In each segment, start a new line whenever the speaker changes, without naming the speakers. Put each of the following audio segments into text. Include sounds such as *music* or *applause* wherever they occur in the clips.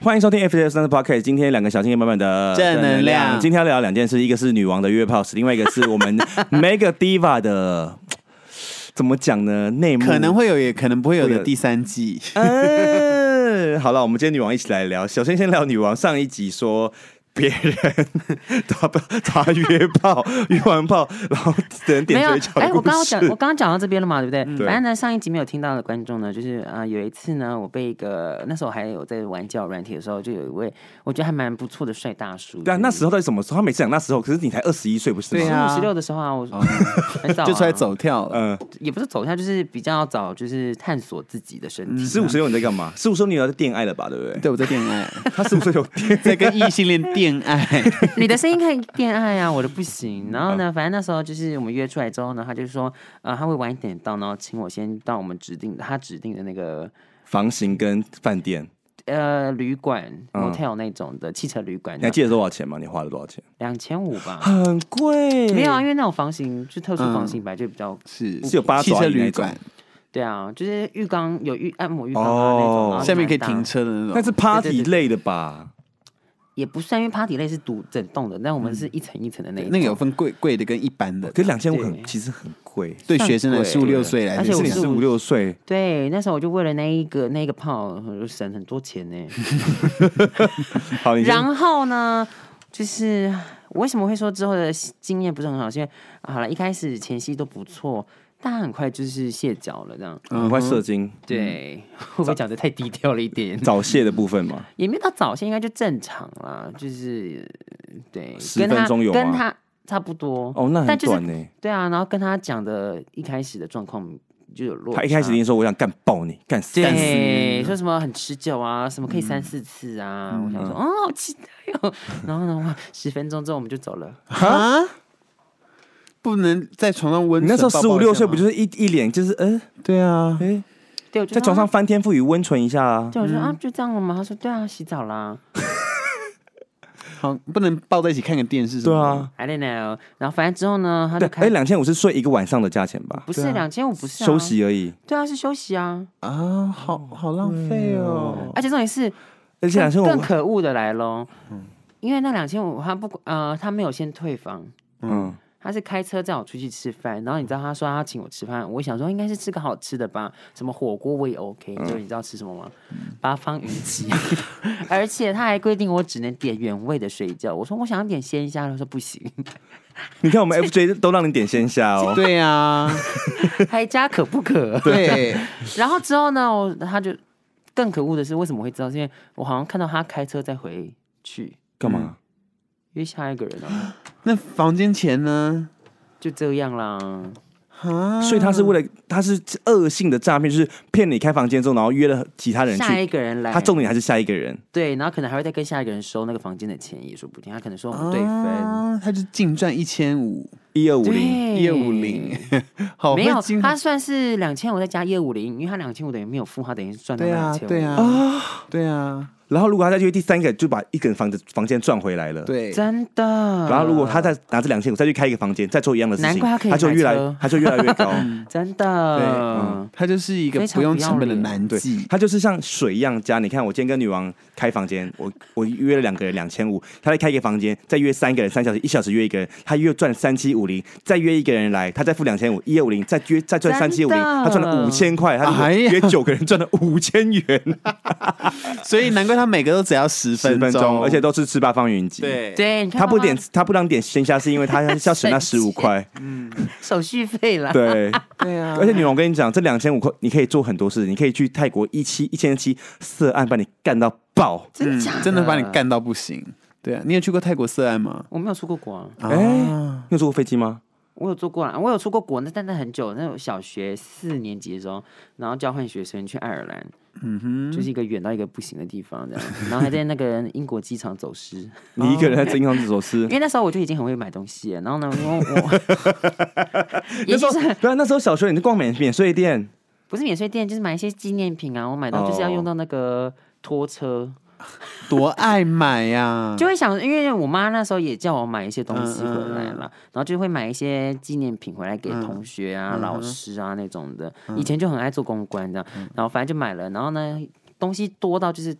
欢迎收听 FJ 三的 Podcast。今天两个小青年满满的
正能量
今天要聊两件事，一个是女王的约炮史，另外一个是我们 Mega Diva 的怎么讲呢？内幕
可能会有，也可能不会
嗯
有
会
的
有
第三季。
嗯，好了，我们今天女王一起来聊。首先先聊女王上一集说。别人 *laughs* 找找他约炮，约完炮，然后人点
没有
嘴角，
哎，
的
我刚
故事
刚
*laughs*
讲，。我刚刚讲到这边了嘛，对不对？
对
反正呢，上一集没有听到的观众呢，就是啊、呃有一次呢，我被一个那时候还有在玩交友软体的时候，就有一位我觉得还蛮不错的帅大叔。
对啊，那时
候
候到底什么时候？他每次讲那时候，可是你才二十一岁，不是吗？
对啊
五十六的时候啊，我、很早啊
就出来，走跳了。
嗯，
也不是走跳，就是比较早，就是探索自己的身体。
十五岁你在干嘛？十五岁你有在恋爱了吧？对不对？
对，我在啊恋爱，
他十五岁有恋
在跟异性恋
*laughs*
恋爱。
*laughs* 你的声音可以恋爱啊，我的不行。然后呢，反正那时候就是我们约出来之后呢，他就说，呃，他会晚一点到，然后请我先到我们指定他指定的那个
房型跟饭店，
呃旅馆
嗯
motel 那种的汽车旅馆
你，还记得多少钱吗？你花了多少钱？
两千五吧。
很贵
没有啊，因为那种房型就特殊房型，
啊嗯
本来就比较
是
是有八爪
汽车
鱼那
旅
种
馆，
对啊，就是浴缸有浴按摩浴缸啊那种，
哦
然后
下面可以
就蛮大
停，车的那
那
种。
是 party 类的吧？
也不算，因为 party 类是独整栋的，但我们是一层一层的那一种
嗯那个有分贵贵的跟一般的。
可两千五
对
很，其实很贵。
对学生来，
算
十
贵
五六岁来说，
而且
是
我
你
是
十五六岁，
对，那时候我就为了那一个那一个炮，我就省很多
*laughs*
钱呢。
好，你先
然后呢，就是我为什么会说之后的经验不是很好，是因为、啊好了，一开始前戏都不错，但很快就是卸脚了，这样。
很快射精，
嗯对，会
嗯
*laughs* 不会讲的太低调了一点？
早泄的部分嘛，
也没有到早泄，应该就正常啦，就是对，
10
跟他
分钟有吗
跟他差不多
哦，那很
但就是
短呢。
对啊，然后跟他讲的一开始的状况就有落差，
他一开始一定说我想干爆你，干死你。
对，说什么很持久啊，什么可
嗯
以三四次啊，我想说，哦，好期待哦。 *laughs* 然后呢，哇，十分钟之后我们就走了，
啊，不能在床上温
你那
存。
时候
抱
十
抱
五
一下
六岁，
吗
不就是一一脸就是嗯
对啊？
哎，
对，我就
在床上，翻天覆雨温存一下啊
啊？对，我说啊，就这样了吗？他说对啊，洗澡啦。
好，不能抱在一起看个电视。
对，啊，
I don't know。然后反正之后呢，他
对
就，
哎，
开，
两千五是睡一个晚上的价钱吧？
不是两千五，不是啊
休，息而已，
对啊，是休息啊。
啊，好好浪费哦。
而且重点是，
而且两千
更
五
更可恶的来喽，因为那两千五他不管呃，他没有先退房，
嗯，
他是开车载我出去吃饭，然后你知道他说他请我吃饭，我想说应该是吃个好吃的吧，什么火锅我也 OK，就你知道吃什么吗？八方云集， *laughs* 而且他还规定我只能点原味的水饺，我说我想点鲜虾，他说不行，
你
*laughs*
看我们 FJ 都让你点先下哦，
对啊，
还加可不可？
对，
然后之后呢，我他就更可恶的是为什么会知道？是因为我好像看到他开车再回去
干嘛？
约下一个人啊，
那房间钱呢？
就这样啦。
啊，
所以他是为了他是恶性的诈骗，就是骗你开房间之后，然后约了其他人
下
去，
一个人来，
他重点还是下一个人。
对，然后可能还会再跟下一个人收那个房间的钱，也说不定。他可能说我们对分，
啊，他就净赚一千五，
一二五零，
对，
一二五零， *laughs* 好
哎没有
会经，
他算是两千五再加一二五零，因为他两千五等于没有付，他等于是赚到
对
两
啊，
千五。
对，啊，对啊，
然后如果他再去第三个，就把一个人房子房间赚回来了。。
对，
真的。
然后如果他再拿这两千五再去开一个房间，再做一样的事情，
难怪他可以
就越来
买车嗯
他就越来
*laughs*
越高。
真
对
嗯
嗯
的，
他就是一个
非
不
常
用
不要
成本的
脸
男
对
妓，
他就是像水一样加。你看，我今天跟女王开房间，我我约了两个人两千五，他再开一个房间，再约三个人三小时，一小时约一个人，他又赚三七五零，再约一个人来，他再付两千五，一二五零，再约再赚三七五零，
真的
他赚了五千块，他如果
哎呀
约九个人赚了五千元，
所以难怪他每个都只要十
十分钟，
钟，
而且都是吃八方云集。。
对，
对，你看
他不
妈妈
点，他不让点鲜虾，是因为他要省那十
省
五
钱
块。
*laughs* 手续费啦。
对，
对啊，
而且女王，我跟你讲，这两千五块你可以做很多事，你可以去泰国一期一千七色案把你干到爆。
真假？
真的把你。干到不行。对啊，你有去过泰国色
*laughs*
案吗？
我没有出过国啊，
哎、你有坐过飞机吗？
我有做过啊，我有出过国，那但那很久，那我小学四年级的时候，然后交换学生去爱尔兰，嗯哼，就是一个远到一个不行的地方，这样，然后还在那个英国机场走失。
你一个人在金康厕所吃
因？为那时候我就已经很会买东西了，然后呢，因为我也
那时
就
候
是
对啊，那时候小学你就逛免免税店，
不是免税店，就是买一些纪念品啊，我买到就是要用到那个拖车，
多爱买啊呀、
就会想，因为我妈那时候也叫我买一些东西回来了，然后就会买一些纪念品回来给同学啊、老师啊那种的。以前就很爱做公关这样，然后反正就买了，然后呢，东西多到就是。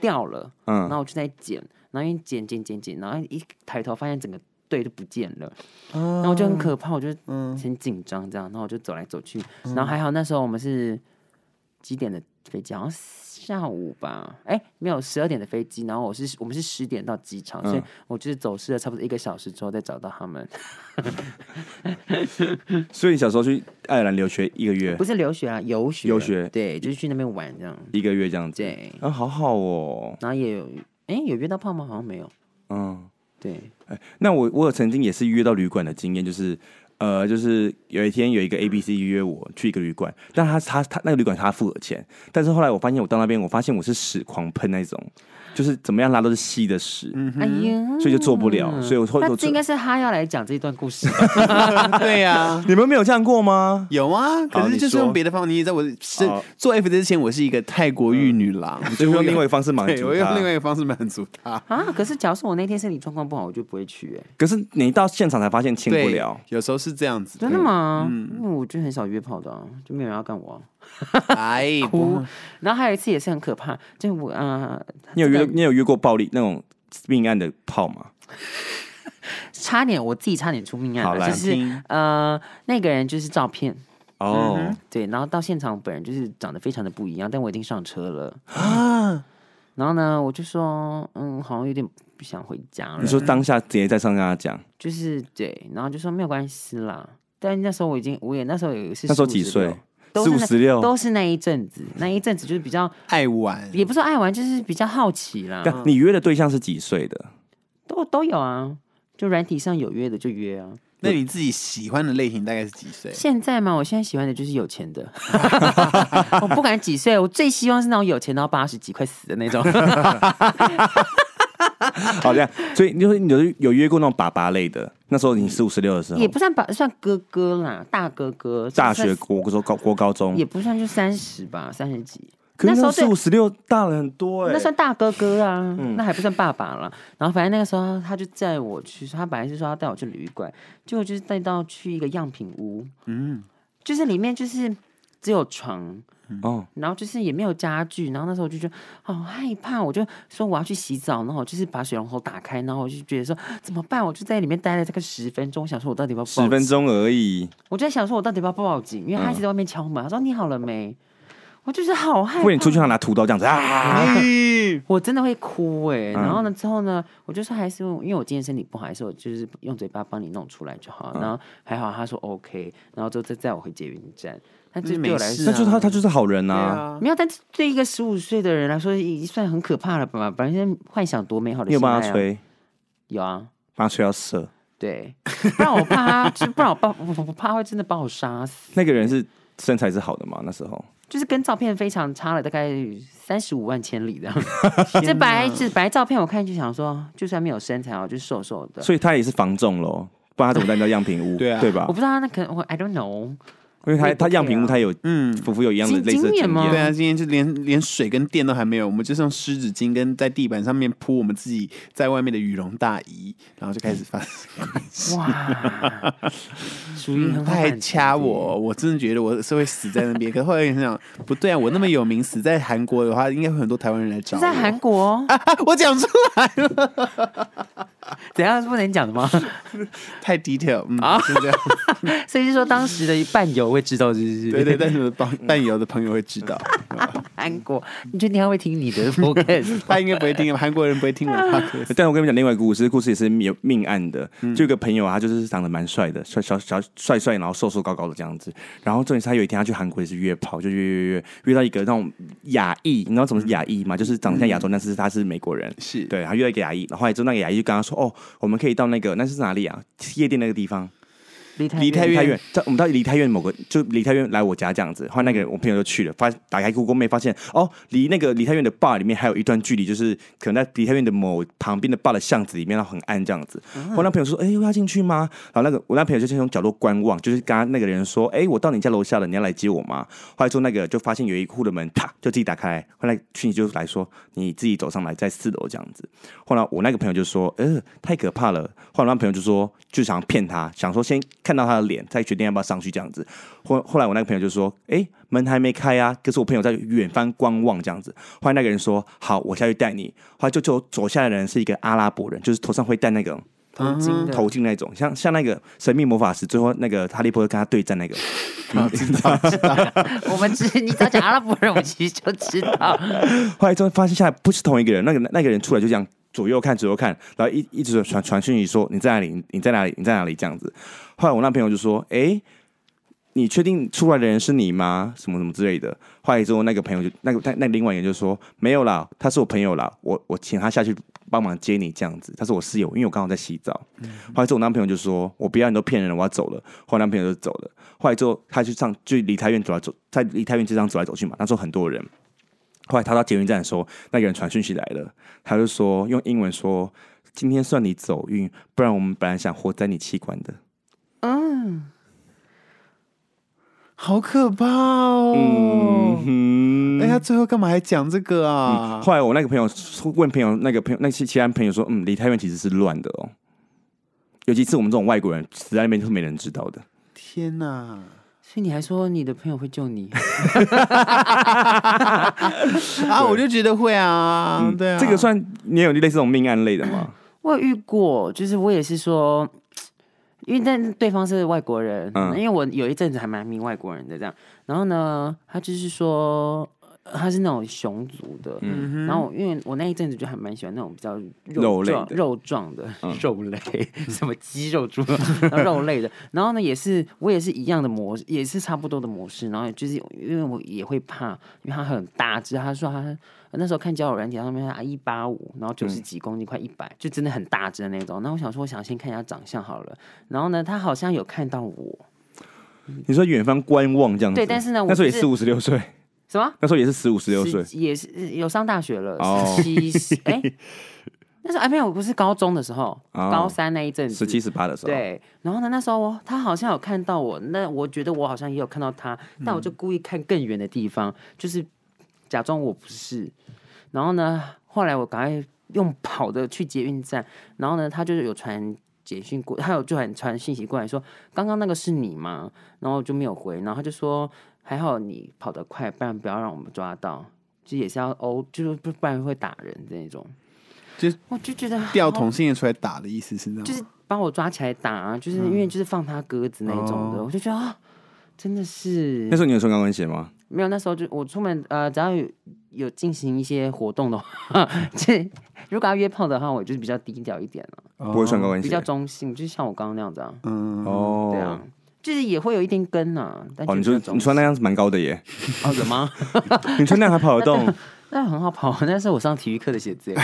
掉了，然
嗯，
后我就在捡，然后因为捡捡捡捡，然后一抬头发现整个队都不见了，然
啊
然
后我就很可怕，我就
嗯
很紧张这样，然后我就走来走去，
嗯
然后还好那时候我们是几点的飞机？好像下午吧，哎、没有十二点的飞机，然后我是我们是十点到机场，所以
嗯
我就是走失了差不多一个小时之后再找到他们， *laughs*
所以你小时候去爱尔兰留学一个月
不，是留学啊，游学，
游学
对，就是去那边玩这样，
一个月这样子，
对，
啊，好好哦，
然后也有，哎、有约到胖吗？好像没有，
嗯。
对，
那我我有曾经也是约到旅馆的经验，就是呃，就是有一天有一个 A B C 约我去一个旅馆，但他他他那个旅馆他付了钱，但是后来我发现我到那边，我发现我是屎狂喷那种，就是怎么样拉都是稀的屎，
嗯
哎呀，
嗯所以就做不了，所以我后
那
我
这应该是他要来讲这一段故事
*laughs*
吧，
对呀。
你们没有这样过吗？
有啊，可
你
是就是
说
用别的方法。你也知道，我是
哦
做 F 之前，我是一个泰国玉女郎，
就用
我有
嗯另外一个方式满
对，
足
我用
他
另外一个方式满足他。
啊，可是假如说我那天身体状况不好，我就不会去、哎，
可是你到现场才发现清不
对，
了，
有时候是这样子的
真。的吗？
嗯
因为我就很少约炮的、啊，就没有人要干我、啊。
*laughs* 哎，
嗯
哭。然后还有一次也是很可怕，就我呃，
你有约
这个
你有约过暴力那种命案的嗯炮
哦
吗？
差点我自己差点出命
好
案了，啊
来
就是
听
呃，那个人就是照片。
哦，
对，然后到现场，本人就是长得非常的不一样，但我已经上车了。
啊，
然后呢，我就说，嗯，好像有点不想回家了。
你说当下直接在上跟他讲，
就是对，然后就说没有关系啦。但那时候我已经，我也那时候也是
那时候
15
几岁
16？都是那
15 16
都是那一阵子，那一阵子就是比较，
爱玩
也不是说爱玩，就是比较好奇啦。
但你约的对象是几岁
*laughs*
的？
都都有啊，就软体上有约的就约啊。
那你自己喜欢的类型大概是几岁？
现在嘛，我现在喜欢的就是有钱
*laughs*
的，我不管几岁，我最希望是那种有钱到八十几快死的那
*laughs*
种。
好，这样，所以你说你有有约过那种爸爸类的？那时候你十五十六的时候
也，不算把算哥哥啦，大哥哥，
大
就
学
算
国国高国高中
也，不算就三十吧，三十几。
可是
那时
那
候
十
对
五十六大了很多哎、
那
欸。
算大哥哥啊，
嗯
那还不算爸爸了。然后反正那个时候他就载我去，他本来是说要带我去旅馆，结果就是带到去一个样品屋，嗯，就是里面就是只有床，
哦，
然后就是也没有家具，然后那时候我就觉得好害怕，我就说我要去洗澡，然后我就是把水龙头打开，然后我就觉得说怎么办？我就在里面待了大概十分钟，我想说我到底要不要报
十分
警，
钟而已，
我就在想说我到底要不要报警，因为他一直在外面敲门，他说你好了没？我就是好害
不然你
怕，
出去要拿屠刀这样子啊？
哎
我真的会哭哎、
嗯
然后呢之后呢，我就说还是因为我今天身体不好，还是我就是用嘴巴帮你弄出来就好。
嗯
然后还好他说 OK，然后之后再载我回捷运站，但这
嗯
对我
没
来说
事
那就是他，他就是好人
对
呐、啊。
啊，
没有，但是对一个十五岁的人来说，已经算很可怕了吧？本身幻想多美好的
你有
性爱、
帮
啊，
他吹，
有啊，
帮他吹到射。
对，不然我怕他，就不然我怕我我怕会真的把我杀死。
那个人是身材是好的嘛？那时候
就是跟照片非常差了大概三十五万千里这样。
*laughs*
这白这白照片我看就想说，就算没有身材哦，就是瘦瘦的。
所以他也是防重喽，不然他怎么带你到样品屋？
*laughs* 对啊
吧
我不？知道他那可能我 I don't know，
因为
我
他
也不
他样
care
品屋
啊
他有
嗯，
夫妇有一样的
经
类似的
经
经
验吗
对
验，
啊，今天就连连水跟电都还没有，我们就是用湿纸巾跟在地板上面铺我们自己在外面的羽绒大衣，然后就开始 *laughs* 发生关系。
哇， *laughs* 嗯属于很
他
好
还
感情
嗯掐
的
我，我真的觉得我是会死在那边。可是后来也想想，不对啊，我那么有名，死在韩国的话，应该会很多台湾人来找
是
我。
在韩国，
啊， *laughs* 我讲出
怎样是不能讲的吗？ *laughs*
太 detail，嗯，就这样。
所以是说当时的伴友会知道，是不是？
对对，但是伴伴游的朋友 *laughs* 会知 *laughs* 道，
*laughs* 韩国，你觉得你还会听你 *laughs* 的 podcast？
他应该不会听，韩国人不会听我 *laughs* 的 podcast。
但我跟你们讲另外一个故事，故事也是有命案的。
嗯
就有一个朋友啊，他就是长得蛮帅的，帅小小帅帅，然后瘦瘦高高的这样子。然后重点是他有一天他去韩国也是约炮，就约约约约到一个那种亚裔，你知道什么是亚裔
嗯
吗？就是长得像亚洲，但是他是美国人。
是
对，他约到一个亚裔，然后后来之后那个亚裔就跟他说：“哦，我们可以到那个那是哪里啊？夜店那个地方，
离太
离太
梨
远
泰院。在我们到离太院某个，就离太院来我家这样子。后来那个人我朋友就去了，发打开 Google Map 发现哦，离那个离太院的 bar 里面还有一段距离，就是可能在离太院的某旁边的 bar 的巷子里面，然后很暗这样子。
啊
我那朋友说：“哎、要进去吗？”然后那个我那朋友就先从角落观望，就是刚刚那个人说：“哎、我到你家楼下了，你要来接我吗？”后来之后那个就发现有一户的门，啪就自己打开，后来讯息就来说：“你自己走上来，在四楼这样子。”后来我那个朋友就说：“呃，太可怕了。”后来我那朋友就说，就想骗他，想说先看到他的脸，才决定要不要上去这样子。后后来我那个朋友就说：“哎、门还没开啊！”可是我朋友在远方观望这样子。后来那个人说：“好，我下去带你。”后来就就走下来的人是一个阿拉伯人，就是头上会戴那个
头巾的
头巾那种，像像那个神秘魔法师最后那个哈利波特跟他对战那个，
我们知你只要讲阿拉伯人，我们其实就知道。
后来之后发现下来不是同一个人，那个那个人出来就这样左右看左右看，然后一一直传传讯息说你在哪里，你你在哪里，你在哪里这样子。后来我那朋友就说：“哎、你确定出来的人是你吗？什么什么之类的。”后来之后那个朋友就那个那那另外一个人就说：“没有啦，他是我朋友啦，我我请他下去帮忙接你这样子，他是我室友，因为我刚好在洗澡。后来之后我男朋友就说：“我不要，你都骗人了，我要走了。”后来男朋友就走了。后来之后他去上去离太院走来走，在离太院街上走来走去嘛，那时候很多人。后来他到捷运站的时候，那个人传讯息来了，他就说用英文说：“今天算你走运，不然我们本来想活在你器官的。
好可怕哦！”
嗯
哎、他最后干嘛还讲这个啊？
后来我那个朋友问朋友，那个朋友那些其他朋友说：“嗯，离太远其实是乱的哦，尤其是我们这种外国人死在那边是没人知道的。
天哪、
*laughs* 所以你还说你的朋友会救你？
啊，我就觉得会啊，对啊，
嗯这个算你也有类似这种命案类的
*laughs*
吗？
我有遇过，就是我也是说，因为但对方是外国人，
嗯
因为我有一阵子还蛮迷外国人的这样。然后呢，他就是说呃他是那种熊族的，
嗯
然后我因为我那一阵子就还蛮喜欢那种比较
肉
肉
类
状
的
肉状的、肉类，什么鸡肉、猪肉然后肉类的。然后呢，也是我也是一样的模式，也是差不多的模式。然后就是因为我也会怕，因为他很大只，他说他。那时候看交友软体上面他一八五，然后九十几公斤，快一百、就真的很大只的那种。那我想说，我想先看一下长相好了。然后呢，他好像有看到我，
你说远方观望这样子，
对但是呢我
那时候也
就是
四五十六岁， *laughs*
什么？
那时候也是十五十六岁
十，也是呃有上大学了，
哦
十七十哎，
*laughs*
那时候哎没有，不是高中的时候，
哦
高三那一阵子，
十七十八的时候，
对，然后呢，那时候我他好像有看到我，那我觉得我好像也有看到他，但我就故意看更远的地方，就是假装我不是。然后呢，后来我赶快用跑的去捷运站，然后呢，他就是有传简讯过，他有就很传信息过来说，刚刚那个是你吗？然后我就没有回，然后他就说还好你跑得快，不然不要让我们抓到。就也是要殴，就是不不然会打人的那种，
就是
我就觉得
掉
好
同性恋出来打的意思是这样吗，
就是把我抓起来打、啊，就是因
嗯
为就是放他鸽子那一种的，我就觉得啊，真的是
哦那时候你有穿高跟鞋吗？
没有。那时候就我出门呃，只要有有进行一些活动的话， *laughs* 这如果要约炮的话，我就是比较低调一点了、
哦不会穿高跟
比
鞋
较中性，就像我刚刚那样子啊，
嗯，
哦
对啊。就是也会有一点跟啊，但
哦，你说
就比较中
你穿
性
那样子蛮高的
*laughs*
耶，
哦有吗？
你穿那样还跑得动？
那很好跑，那是我上体育课的鞋子耶。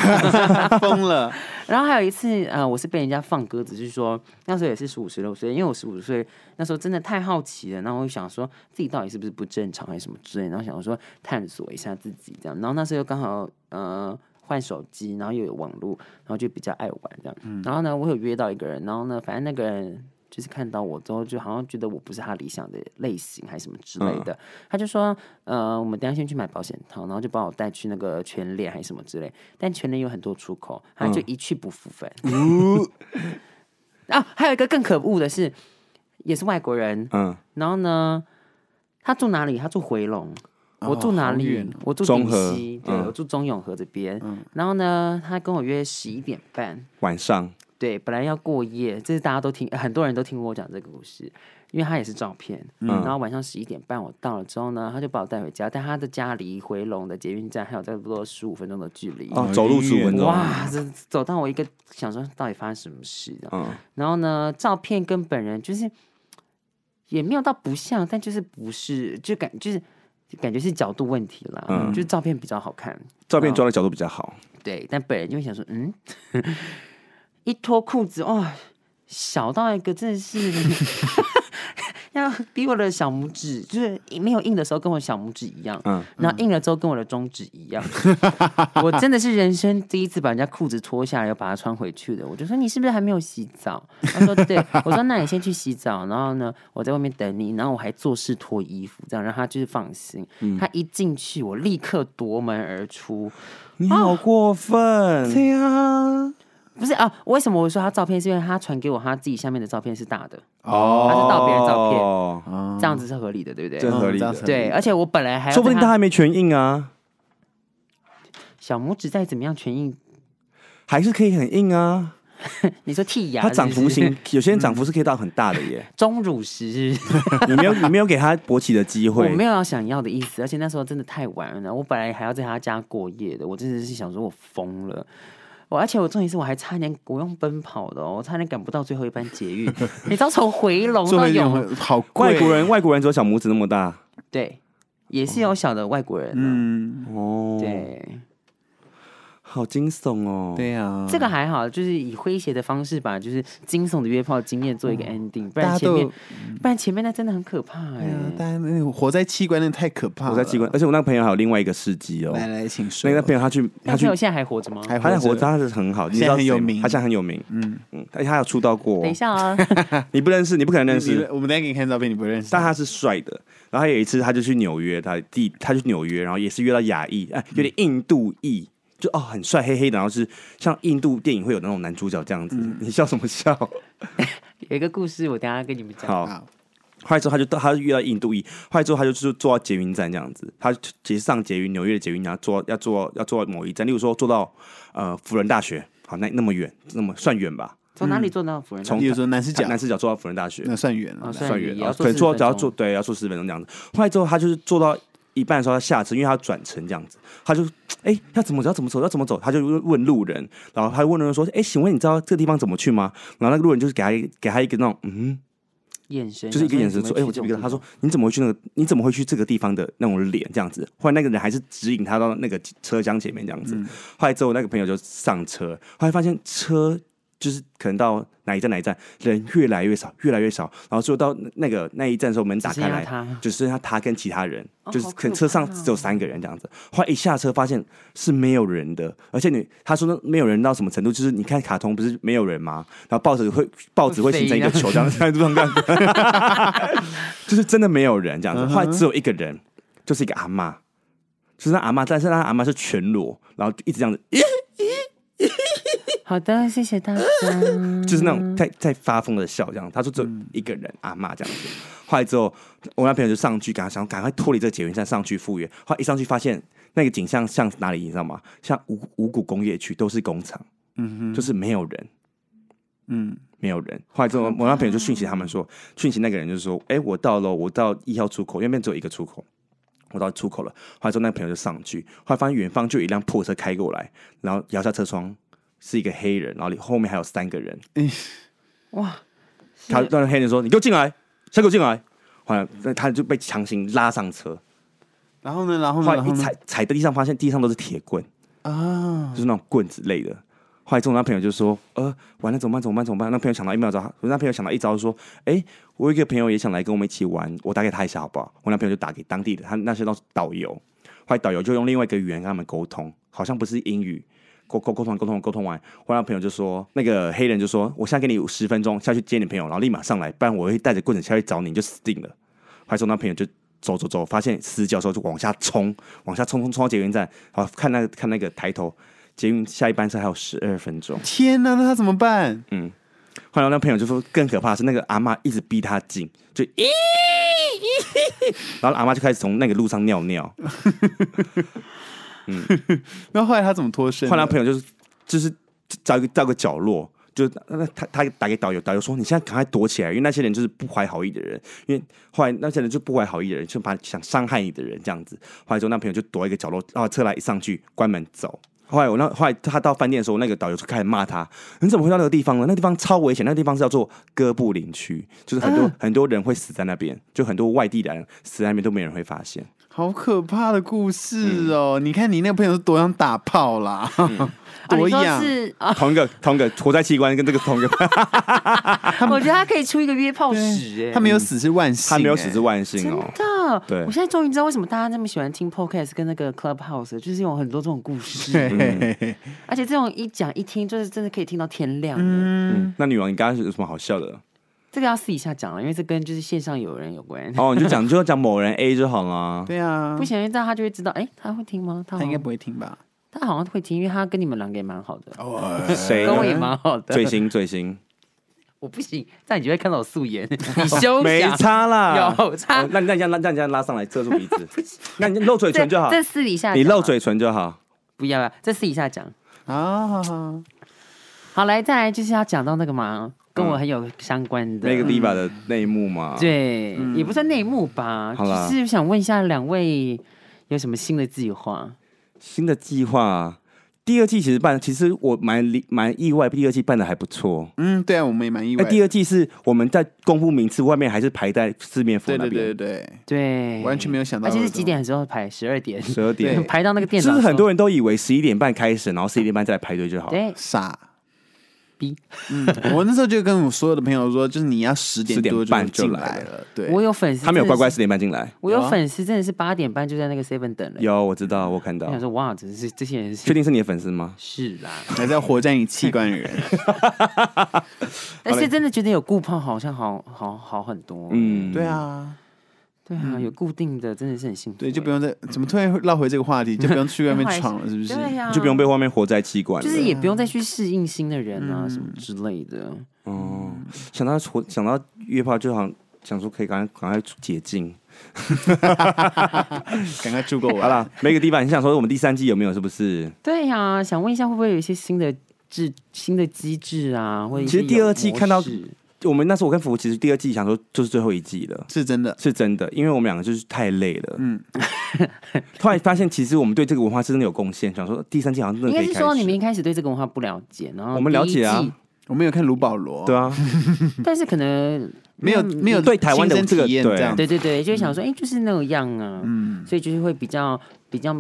疯了，
然后还有一次，呃，我是被人家放鸽子，就是说那时候也是十五十六岁，因为我十五岁那时候真的太好奇了，然后我就想说自己到底是不是不正常还是什么之类，然后想说探索一下自己这样，然后那时候又刚好呃换手机，然后又有网络，然后就比较爱玩这样，然后呢我有约到一个人，然后呢反正那个人。就是看到我之后，就好像觉得我不是他理想的类型，还是什么之类的。他就说：“呃，我们等一下先去买保险套，然后就把我带去那个全联还是什么之类。但全联有很多出口，他就一去不复返。 *laughs* 啊，还有一个更可恶的是，也是外国人。
嗯，
然后呢，他住哪里？他住回龙。我住哪
哦好
里？
远
我住
哦中
顶
和
溪，对、
嗯
我住中永和这边。然后呢，他跟我约十一点半，
晚上
对，本来要过夜，这是大家都听，呃很多人都听过我讲这个故事，因为他也是照片。
嗯
然后晚上十一点半我到了之后呢，他就把我带回家，但他的家离回龙的捷运站还有差不多十五分钟的距离。
哦，走路十五分钟，
哇，这走到我一个想说到底发生什么事的，
嗯
然后呢，照片跟本人就是也没有到不像，但就是不是就感就是感觉是角度问题啦，
嗯
就是照片比较好看，
照片抓的角度比较好，
对，但本人就会想说，嗯， *laughs* 一脱裤子哇、小到一个真的
*laughs*
是。要比我的小拇指，就是没有硬的时候跟我小拇指一样，
嗯
然后硬了之后跟我的中指一
*laughs*
样。我真的是人生第一次把人家裤子脱下来，又把它穿回去的。我就说你是不是还没有洗澡？他说对。我说那你先去洗澡，然后呢，我在外面等你。然后我还做事脱衣服，这样让他就是放心。
嗯
他一进去，我立刻夺门而出。
你好过分！
对啊，
不是啊，为什么我说他照片是因为他传给我他自己下面的照片是大的，
哦，
他是盗别人照片
哦，
这样子是合理的，对不
这
对？
很合理
嗯这
的
样，子
对，而且我本来还要
说不定
跟
他
他
还没全印啊，
小拇指再怎么样全硬，
还是可以很硬啊。
你说剔
*laughs*
牙
它
是不是，
涨幅
*laughs*
型，有些人涨幅是可以到很大的耶。
中乳石是不是。
你没有你没有给他勃起的机
嗯
*laughs*
我
会，
没有要想要的意思，而且那时候真的太晚了，我本来还要在他家过夜的，我真的是想说我疯了。我而且我重点是我还差点，我用奔跑的、哦，我差点赶不到最后一班捷
*laughs*
运。你知道从回龙
做
到
了一种
永
很好贵
外国，人外国人只有小拇指那么大
对，也是有小的外国人、啊，
嗯，
哦，，
对，
好惊悚哦。，
对啊，
这个还好，就是以诙谐的方式把就是惊悚的约炮经验做一个
嗯
ending，不
大
然
家
前
都
面
有，
不然前面那真的很可怕哎、
对啊大家那个活在器官那太可怕了，哦
我在机关，而且我那个朋友还有另外一个事迹哦。
来来，请说
那个朋友他去他
那朋
去
友现在还活着吗？
还
他在活
活
着，
着，
他是很好，你知
现在
道
很
谁
有
吗
名
他现在很有名，
嗯，
嗯，而且他有出道过
等
哦，
一下
*laughs*
啊，
你不认识，你不可能认
你
识，
我们等一下给你看照片，你不认识
但，他是帅的。然后他有一次他就去纽约，他第他去纽约，然后也是约到亚裔，哎、
嗯
有点印度裔，就哦很帅黑黑的，然后是像印度电影会有那种男主角这样子。
嗯
你笑什么
*laughs*
笑？
有一个故事，我等一下跟你们讲。
好，
好
后来之后他就到他就遇到印度裔，后来之后他就就坐到捷运站这样子，他其实上捷运纽约的捷运，然后坐要坐要坐某一站，例如说坐到呃辅仁大学，好那那么远，那么算远吧，
从哪里做到辅啊仁大学？
从
例如说男士角，
南视角坐到辅仁大学，
那算远了
哦
啦，
算
算
远
远
也
了，
要
哦
坐
可能坐
40
只要
分钟
坐对要坐十分钟这样子。后来之后他就是坐到一半的时候他下车，因为他要转乘这样子，他就哎、要怎么走要怎么走要怎么走，他就问路人，然后他就问路人说哎、请问你知道这个地方怎么去吗？然后那个路人就是给他一给他一个那种嗯，
眼神，
就是一个眼神
想
说哎、我这
怎么
个
会去
他
这种
说你怎么会去那个你怎么会去这个地方的那种脸这样子？后来那个人还是指引他到那个车厢前面这样子。
嗯
后来之后那个朋友就上车，后来发现车。就是可能到哪一站哪一站人越来越少，越来越少，然后最后到那那个那一站的时候门打
只
开
剩下
来，
啊他
就剩下他跟其他人，
哦
就是
好
可能
可
车上
怕哦
只有三个人这样子。后来一下车发现是没有人的，而且你他说那没有人到什么程度，就是你看卡通不是没有人吗？然后报纸会报纸会形成一个球，这样在路上这样子， *laughs* 就是真的没有人这样子。
嗯
后来只有一个人，就是一个阿嬷，就是那阿嬷，但是那阿嬷是全裸，然后一直这样子，咦
好的，谢谢大家。
*laughs* 就是那种
嗯
在在发疯的笑这样。他说只有一个人阿嬷这样子。后来之后，我那朋友就上去，赶快想赶快脱离这个捷运站上去赴约。后来一上去发现那个景象像哪里，你知道吗？像五五谷工业区都是工厂，
嗯哼，
就是没有人。
嗯，
没有人。后来之后，我那朋友就讯息他们说，讯息那个人就说：“哎、我到了，我到一号出口，因为那边只有一个出口，我到出口了。”后来之后，那个朋友就上去，后来发现远方就有一辆破车开过来，然后摇下车窗是一个黑人，然后里后面还有三个人。
哇，是
他让黑人说：“你给我进来，先给我进来。”后来那他就被强行拉上车，
然后呢，然后呢，
后
然
来
后
一
呢
踩踩在地上，发现地上都是铁棍。
啊，
就是那种棍子类的。后来之后，那朋友就说：“呃，完了，怎么办？怎么办？怎么办？”那朋友想到一秒招，我那朋友想到一招说：“哎、我有一个朋友也想来跟我们一起玩，我打给他一下好不好？”我那朋友就打给当地的他那些都是导游，后来导游就用另外一个语言跟他们沟通，好像不是英语。沟沟沟通完沟通完沟通完，我那朋友就说，那个黑人就说：“我现在给你十分钟下去接你朋友，然后立马上来，不然我会带着棍子下去找你，你就死定了。”后来之后，那朋友就走走走，发现死角的时候就往下冲，往下冲冲冲到捷运站，然后看那个看那个抬头，捷运下一班车还有十二分钟。
天哪，那他怎么办？
嗯后来那朋友就说，更可怕的是那个阿嬷一直逼他进，就咦，咦然后阿嬷就开始从那个路上尿尿。
然后后来他怎么脱身的？
后来朋友就是就是找一个找一个角落，就那他他打给导游，导游说你现在赶快躲起来，因为那些人就是不怀好意的人，因为后来那些人就不怀好意的人，就把想伤害你的人这样子。后来之后，那朋友就躲一个角落，然后车来一上去关门走。后来我那后来他到饭店的时候，那个导游就开始骂他：“你怎么会到那个地方呢？那地方超危险，那地方是叫做哥布林区，就是很多、很多人会死在那边，就很多外地的人死在那边都没人会发现。
好可怕的故事
嗯
哦！你看你那个朋友是多想打炮啦， *laughs*
啊你
多
说
样。
是啊，
同一个同一个活在器官跟这个同一个，
我觉得他可以出一个约炮史哎。
他没有死是万幸欸，
*laughs* 他没有死是万幸
真
哦。”
的，
对
我现在终于知道为什么大家那么喜欢听 podcast 跟那个 clubhouse，了就是有很多这种故事，
嗯
对，
而且这种一讲一听，就是真的可以听到天亮。嗯，
嗯，那女王，你刚刚有什么好笑的？
这个要私底下讲了，因为这跟就是线上有人有关。
哦，你就讲，你就讲某人 A 就好了。
对啊
不，行，这样他就会知道，哎，他会听吗？他
他
好像
应该不会听吧？
他好像会听，因为他跟你们两个也蛮好的，
谁
跟我也蛮好的。
最新最新，
我不行，这样你就会看到我
*laughs*
素颜，你休
没
想。
差啦，
啊有差
哦那你那你这样拉，那你这样拉上来遮住鼻子，那你露嘴唇就好，
这私底下
你
讲
露
啊
嘴唇就好。
不要了，这私底下讲。
啊，
好，来再来就是要讲到那个嘛，跟我很有相关
嗯
的
那个 diva 的内幕嘛，
啊对，也不算内幕吧，
好啦
只是想问一下两位有什么新的计划？
新的计划。第二季其实办，其实我蛮理蛮意外，第二季办的还不错。
嗯，对啊，我们也蛮意
那
外的。
哎第二季是我们在公布名次，外面还是排在四面佛
对
那
对
边，
对对
对，
对，完全没有想到，
哎而且是几？点的时候排？十二点，
十二点
对，
*laughs* 排到那个店
是
长
不
说，
是很多人啊都以为十一点半开始，然后十一点半再来排队就好？
对
傻
逼。
嗯，我那时候就跟我所有的朋友说，就是你要十点多
10点半就
进
来
来了。对，
我有粉丝，
他没有乖乖，十点半进来。
我有
有啊
粉丝真的是八点半就在那个 seven 等了。
有，我知道，我看
我
到
想。说，哇，真是这些人
确
是
定是你的粉丝吗？
是啦，
还是要活在你器官的人。
而且真的觉得有固炮好像好好好很多。嗯，
嗯，
*laughs* 对，啊，
对啊，有固定的真的是很幸福。欸
对，就不用再怎么突然绕回这个话题，就不用去外面
后来
闯了，是不是？
对呀，
就不用被外面活在气管
嗯就
了。嗯
是也不用再去适应新的人啊，什么之类的。
哦，想到活，想到约炮，就好像想说可以赶快赶快解禁。
赶快住过我
好啦，每个地方你想说我们第三季有没有？是不是？
对呀、想问一下，会不会有一些新的制、新的机制啊？或者一些
其实第二季
有模式
看到我们那时候我跟福其实第二季想说就是最后一季了。
*laughs* 是真的。
是真的，因为我们两个就是太累了。嗯
嗯，
突然发现其实我们对这个文化是真的有贡献，想说第三季好像真的
应
可
该
以
是
开
说你们一
始。
开始对这个文化不了解，然后
我们了解啊
第一季，
我们有看卢保罗，
对，啊，
但是
*laughs*
可能
没有没有
对台湾的
亲身
这个
体验
对
这样子，
对对对，就会想说，哎、就是那样啊，嗯，所以就是会比较比较，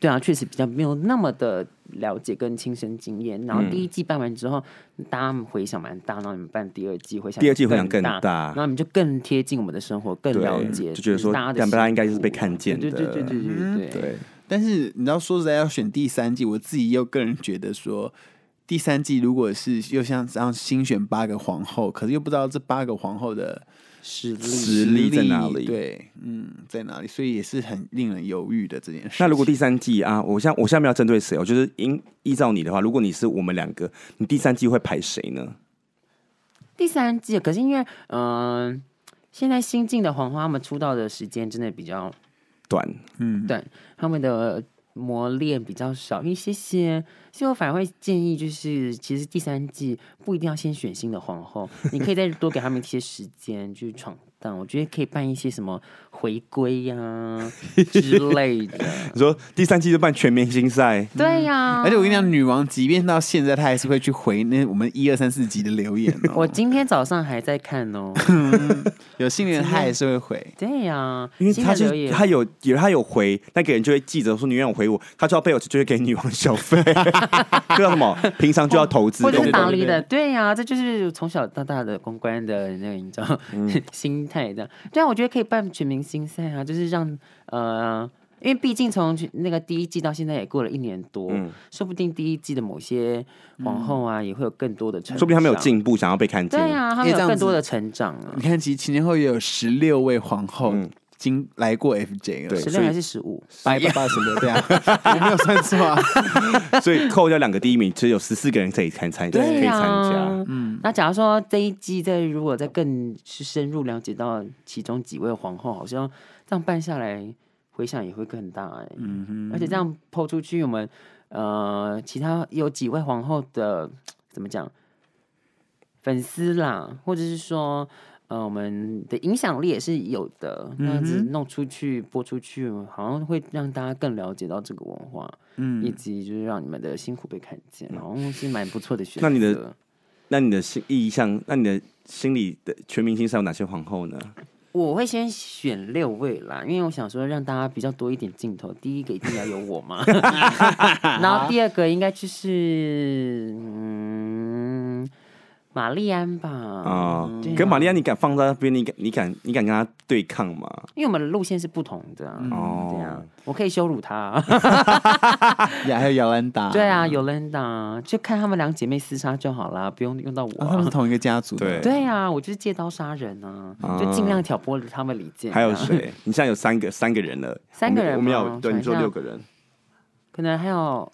对啊，确实比较没有那么的了解跟亲身经验。然后
嗯
第一季办完之后，大家回响蛮大，然后你们办第二季回响
第二季回响
更
更大
然后你们就更贴近我们的生活，更
对
了解，
就觉得说
大家的
但
辛苦
大家应该就是被看见
对对
的嗯
对对对对对。
对，
但是你知道，说实在要选第三季，我自己又个人觉得说，第三季如果是又像这样新选八个皇后，可是又不知道这八个皇后的
实力
实力在哪里
对，嗯，在哪里，所以也是很令人犹豫的这件事。
那如果第三季啊，我像我下面要针对谁？我哦就是依依照你的话，如果你是我们两个，你第三季会排谁呢？
第三季，可是因为嗯、呃现在新晋的黄花他们出道的时间真的比较
短，
短，他们的磨练比较少一些些，所以我反而会建议就是，其实第三季不一定要先选新的皇
*laughs*
后，你可以再多给他们一些时间去闯荡。我觉得可以办一些什么回归呀、
*laughs*
之类的，
你说第三季就办全明星赛，
对呀、
而且我跟你讲，女王即便到现在，她还是会去回那我们一二三四集的留言哦。
我今天早上还在看哦，
有新人，她还是会回。
对呀、
因为
新
他
的留
是
言
他有有他有回，那个人就会记着说你愿意回我，他就要被我就会给女王小费，这叫什么？平 *laughs* 常就要投资
或者
公
是
关
打理的，对呀、这就是从小到大的公关的那个你知道、
嗯
*laughs* 心态这样。对啊，我觉得可以办全明星赛啊，就是让呃，因为毕竟从那个第一季到现在也过了一年多，
嗯
说不定第一季的某些
嗯
皇后啊、也会有更多的成长，
说不定他们有。进步，想要被看见。
对啊呀、他
因
们
为
有
这样
更多
子
的成长啊
你，看，其实前前后后也有十六位皇后经来过 FJ 了，
对
十
所
六
以
还是十五？
白爸爸什么的，对啊， *laughs* 我没有算错啊。
所以扣掉两个第一名，只有十四个人可以参参可以
呀、
参加。
嗯，那假如说这一季再如果再更是深入了解到其中几位皇后，好像这样办下来回响也会更大哎、嗯哼，而且这样抛出去，我们呃其他有几位皇后的怎么讲粉丝啦，或者是说。呃，我们的影响力也是有的，那
嗯
样子弄出去、播出去，好像会让大家更了解到这个文化，嗯，以及就是让你们的辛苦被看见，好像是蛮不错的选择。
那你的那你的心意向，那你的心里的全明星赛有哪些皇后呢？
我会先选六位啦，因为我想说让大家比较多一点镜头。第一个一定要有我嘛，然后第二个应该就是嗯，玛丽安吧。
啊、
嗯对
跟玛丽亚，你敢放在那边？你敢你敢你敢跟她对抗吗？
因为我们的路线是不同的、啊，
哦
对啊，我可以羞辱她、
呀，还有姚安达，
对啊，有 Linda，就看她们两姐妹厮杀就好啦，不用用到我、啊
哦，他们是同一个家族的，
对
对啊，我就是借刀杀人啊，
哦
就尽量挑拨他们离间
*laughs*
啊。
还有谁？你现在有三个三个人了，
三个
我们
人
我们
吗
要对
想
你说
一下
六个人，
可能还有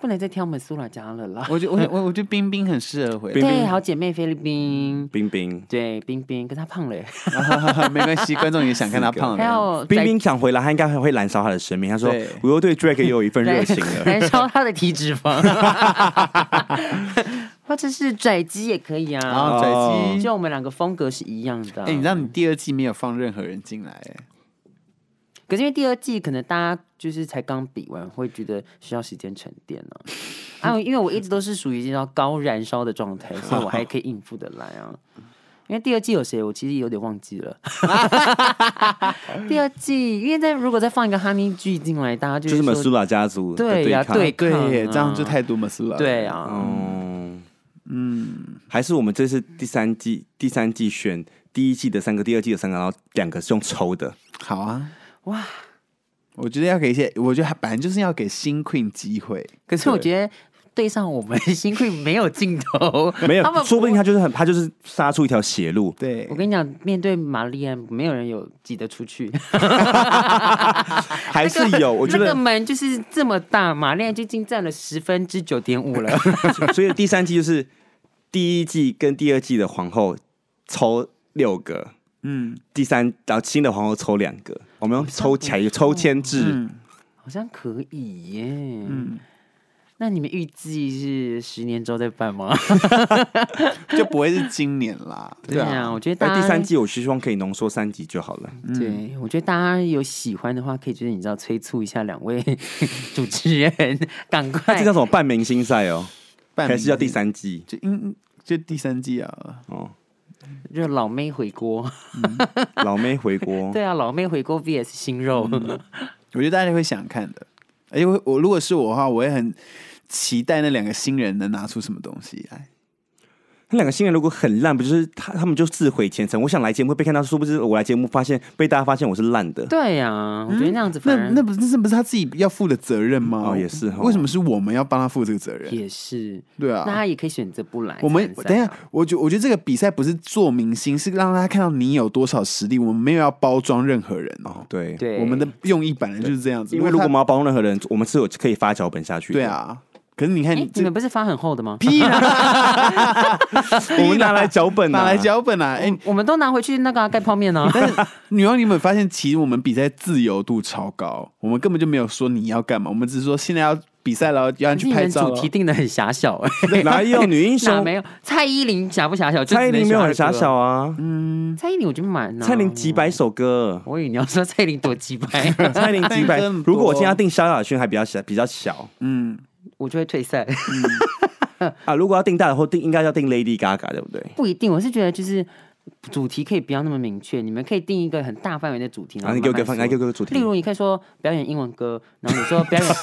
不能再挑我们苏拉家了啦。
我觉我我我觉得冰冰很适合回
哦冰
来，
对，好姐妹菲律宾，
冰冰，
对冰冰，可她胖了耶，
*laughs* 没关系，观众也想看 *laughs* 他胖
还
了。
有
冰冰想回来，他应该会会燃烧他的生命。他说
对：“
我又对 Drake 又有一份热情
*laughs*
了。
燃烧她的体脂肪，或者是拽鸡也可以
然
啊。
后拽鸡，
就我们两个风格是一样的啊、
哎，你知道你第二季没有放任何人进来，哎
可是因为第二季可能大家就是才刚比完，会觉得需要时间沉淀呢、啊。因为我一直都是属于要高燃烧的状态，所以我还可以应付得来啊。因为第二季有谁，我其实有点忘记了。 *laughs* 第二季，因为在如果再放一个哈尼剧进来，大家”
*laughs*
就
就是
是
我们
说
苏拉家族的
对呀
抗。
对
对
看
耶，
啊
这样就太多嘛，苏拉。
对，啊，
嗯嗯，还是我们这是第三季，第三季选第一季的三个，第二季的三个，然后两个是用抽的。
好啊，
哇！
我觉得要给一些，我觉得他本来就是要给新 Queen 机会。
可是我觉得对上我们 *laughs* 新贵没有尽头，
没
*laughs* 他
有，
们
说不定他就是很，他就是杀出一条血
*laughs*
路。
对
我，跟你讲，面对玛丽安，没有人有挤得出去。
还哎是有，我觉
那个
得，
门就是这么大，玛丽安就已经占了十分之九点五了。 *laughs*
*laughs* 所以第三季就是第一季跟第二季的皇后抽六个，
嗯，
第三然后新的皇后抽两个，我们用抽起来抽签
嗯
制，
好像可以耶。嗯，那你们预计是十年之后再
*laughs*
办吗？
就不会是今年啦。对
啊，
啊，
我觉得大
那
家
哎第三季我嗯希望可以浓缩三集就好了。
对，我觉得大家有喜欢的话，可以就是你知道催促一下两位 *laughs* 主持人，赶
那
快
这叫什么半明星赛哦？
半
还
明
是要第三季？
就嗯，就第三季啊。
哦，
就老妹回锅。
老妹回国，
*laughs* 对啊，老妹回锅 VS 新肉，
嗯
我觉得大家会想看的。而且我我如果是我的话，我会很期待那两个新人能拿出什么东西来。
那两个新人如果很烂，不就是他他们就自毁前程？我想来节目会被看到，殊不知我来节目发现被大家发现我是烂的。
*laughs* 对
嗯
啊，我觉得那样子
那
反
那
而
不是那不是他自己要负的责任吗？
哦也是哦
为什么是我们要帮他负这个责任？
也是，
对啊
那他也可以选择不来参赛啊。
我们等一下，我觉我觉得这个比赛不是做明星，是让大家看到你有多少实力。我们没有要包装任何人哦。
对，
对
我们的用意本来就是这样子。
因为如果
他
我们要帮任何人，我们是有可以发脚本下去。
对，啊，可是你看
哎、
你
你
这
们不是发很厚的吗？
屁啦，
我们拿来脚本、啊，
哪来。脚本啊？哎、
我们都拿回去
*laughs*
那个啊盖、泡面呢、
但是女王，你有没有发现，其实我们比赛自由度超高，我们根本就没有说你要干嘛，我们只是说现在要比赛了，要
可是
去
*laughs* 你
拍
们
照
主
了
题。定的很狭小、哎，
啊 *laughs* 哪有女英
*laughs* 哪
雄？
没有？蔡依林狭不狭小？就
*laughs* 蔡依林没
只能选
有
二
很
哥
狭小，啊，
蔡依林我觉得蛮、啊。
蔡依林几百首歌，
我以为你要说蔡依林多鸡掰，
*laughs* 蔡依林几百
*laughs*
蔡依林。
如果我今天要定萧亚轩，还比较小，比较小
嗯，
我就会退赛。 *laughs*
啊。如果要定大的话，定应该要定 Lady Gaga，对不对？
不一定，我是觉得就是主题可以不要那么明确，你们可以定一个很大范围的主题。
然啊后你给我
慢
个
慢
方，
哦说
来给我个主题
例。如，你可以说表演英文歌，然后你说
*laughs*
表演，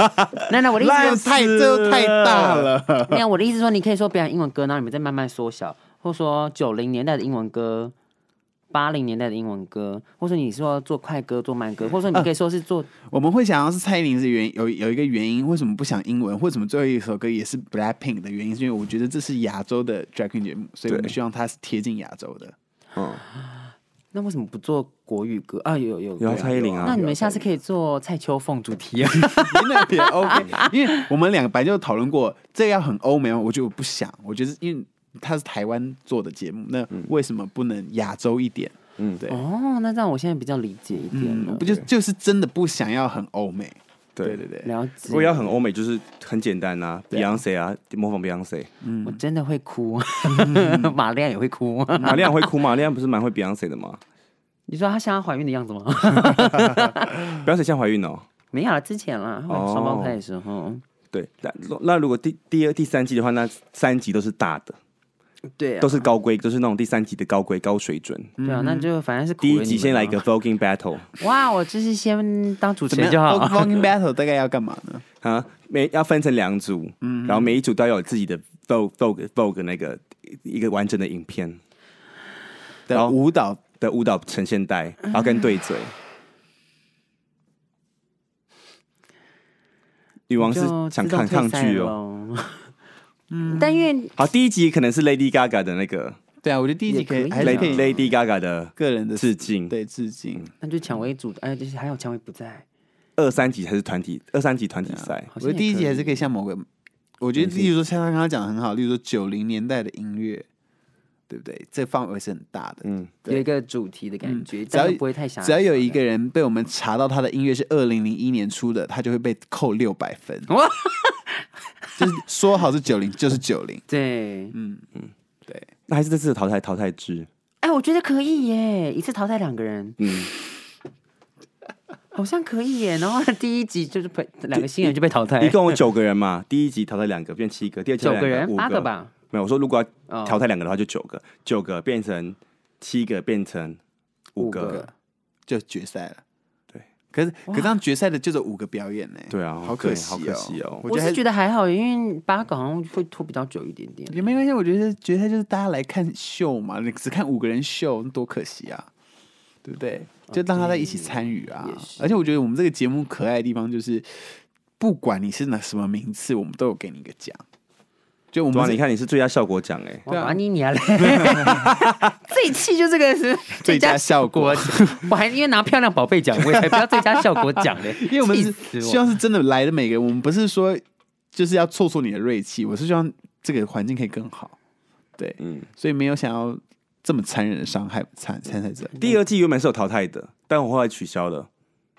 那那我的意思
这
说
烂
太这太大了。
没有，我的意思说，你可以说表演英文歌，然后你们再慢慢缩小，或说九零年代的英文歌，八零年代的英文歌，或者你说做快歌、做
啊
慢歌，或者说你可以说是做，
我们会想要是蔡依林是原有有一个原因，为什么不想英文？为什么最后一首歌也是 Blackpink 的原因，是因为我觉得这是亚洲的 drag queen 节目，所以我们希望它是贴近亚洲的。
嗯，
那为什么不做国语歌啊？有有
有啊
对
蔡依林啊
那你们下次可以做蔡秋凤主题啊，
*laughs*
那也 OK，因为我们两个本来就讨论过，这个要很欧美吗，我觉得我不想，我觉得是因为它是台湾做的节目，那为什么不能亚洲一点？嗯，对，
哦，那这样我现在比较理解一点了，
嗯，不就就是真的不想要很欧美？对对对，
了
如果要
解。
很欧美，就是很简单呐、b e y o n c e 啊，模仿
*laughs*
Beyonce。
我真的会哭，
嗯
*laughs* 玛丽亚也会哭。
玛啊丽亚会哭 *laughs* 吗？玛丽亚不是蛮会 Beyonce 的吗
你说她像她怀孕的样子吗？ *laughs*
？Beyonce 现在怀孕哦。
没有了，啊之前啦，她怀
哦
双胞胎的时候。
对，那那如果第第二、第三季的话，那三集都是大的，
对啊
都，是高规，都是那种第三集的高规高水准。
对啊，那就反正是苦
第一
了
集
你
先
们
来
啊
一个 voguing battle
哇，我就是先当主持
怎么
人
样
就好。
？Voguing Battle 大概要干嘛呢？
啊，每要分成两组，
嗯
然后每一组都要有自己的 vogue vogue vogue 那个一个完整的影片
的舞蹈
的舞蹈呈现带，然后跟对
*sighs*
嘴。女王是
就
想
自动
抗
退
抗
赛
拒哦。
咯。嗯，但因为
好，第一集可能是 Lady Gaga 的那个
对啊，我觉得第一集
也
可
可
以
以
还是可
Lady
以
Lady Gaga 的
个人的
致敬。
对致敬。
那就蔷薇组，哎，就是还有蔷薇不在，
二三级还是团体，二三级团体赛。
我
好像
觉得
也
第一
可
集还
以
是可以像某个，我觉得例如说像他刚刚讲的很好，例如说九零年代的音乐，对不对？这范围是很大的。
嗯，
有一个主题的感觉，
只要
但又不会太狭隘。
只要有一个人被我们查到他的音乐是二零零一年出的，他就会被扣六百分。
哇
就是说好是九零，就是九零。嗯
对，
嗯
对，
那还是这次的淘汰淘汰制，
哎，我觉得可以耶，一次淘汰两个人， *laughs*
嗯，
好像可以耶。然后第一集就是被两个新人就被淘汰，
一共有九个人嘛，第一集淘汰两个变七个，第二集淘
九
汰
个
两
人，
五
八个？吧。
没有，我说如果要
哦
淘汰两个的话就九个，九个变成七个变成五
五
个
个，
就决赛了。
对，
可是可这样决赛的就这五个表演呢、
对啊
好
对
惜
好可惜哦
我
我
觉得
是
还
觉得还好耶，因为八个好像会拖比较久一点点。
也没关系，我觉得决赛就是大家来看秀嘛，你只看五个人秀，那多可惜啊，对不对？就让他在一起参与啊
也是
而且我觉得我们这个节目可爱的地方就是，不管你是拿什么名次，我们都有给你一个奖。就我
哇，
们
啊你
是
看你是最佳效果奖哎，
我
对啊
把你娘嘞！ *laughs* 最气就这个是
最佳效果
最佳效果我还因为拿漂亮宝贝奖，我也才不要最佳效果奖嘞， *laughs*
*laughs*
因
因为我们
气
是
死
希望是真的来的每个人，我们不是说就是要挫挫你的锐气，我是希望这个环境可以更好，对，
嗯，
所以没有想要这么残忍的伤害参参赛者。
第二季原本是有淘汰的，但我后来取消了。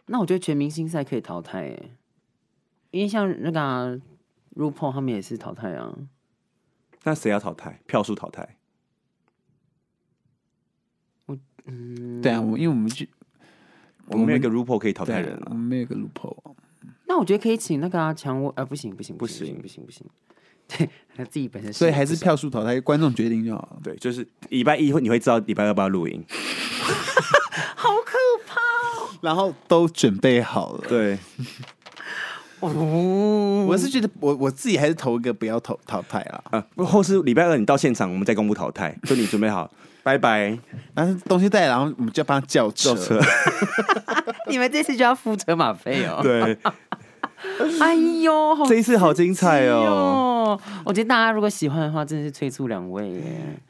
那我觉得全明星赛可以淘汰耶，因为像那个、啊、RuPaul 他们也是淘汰啊。
那谁要淘汰？票数淘汰？
对啊，我们因为我们就
我们没有一个 RuPaul 可以淘汰人啊
对啊
了
我。们没有一个 loophole。
那我觉得可以请那个啊强我，呃，不行不行不行不行不行， *laughs* 对，他自己本身
所以还
不
是票数淘汰，观众决定就好了。
对，啊就是礼拜一会你会知道礼拜二要不要录音。
好可怕
*laughs* 然后都准备好了。
对，
哦！
我是觉得我我自己还是投一个不要投淘汰啦，
啊，不或是礼拜二你到现场，我们再公布淘 *laughs* 汰，就你准备好，拜拜。
但是东西带来，然后我们就帮他叫车。
叫车， *laughs*
你们这次就要付车马费哦。
对，
哎呦，好
这一次好精彩哦。
哦！我觉得大家如果喜欢的话，真的是催促两位耶。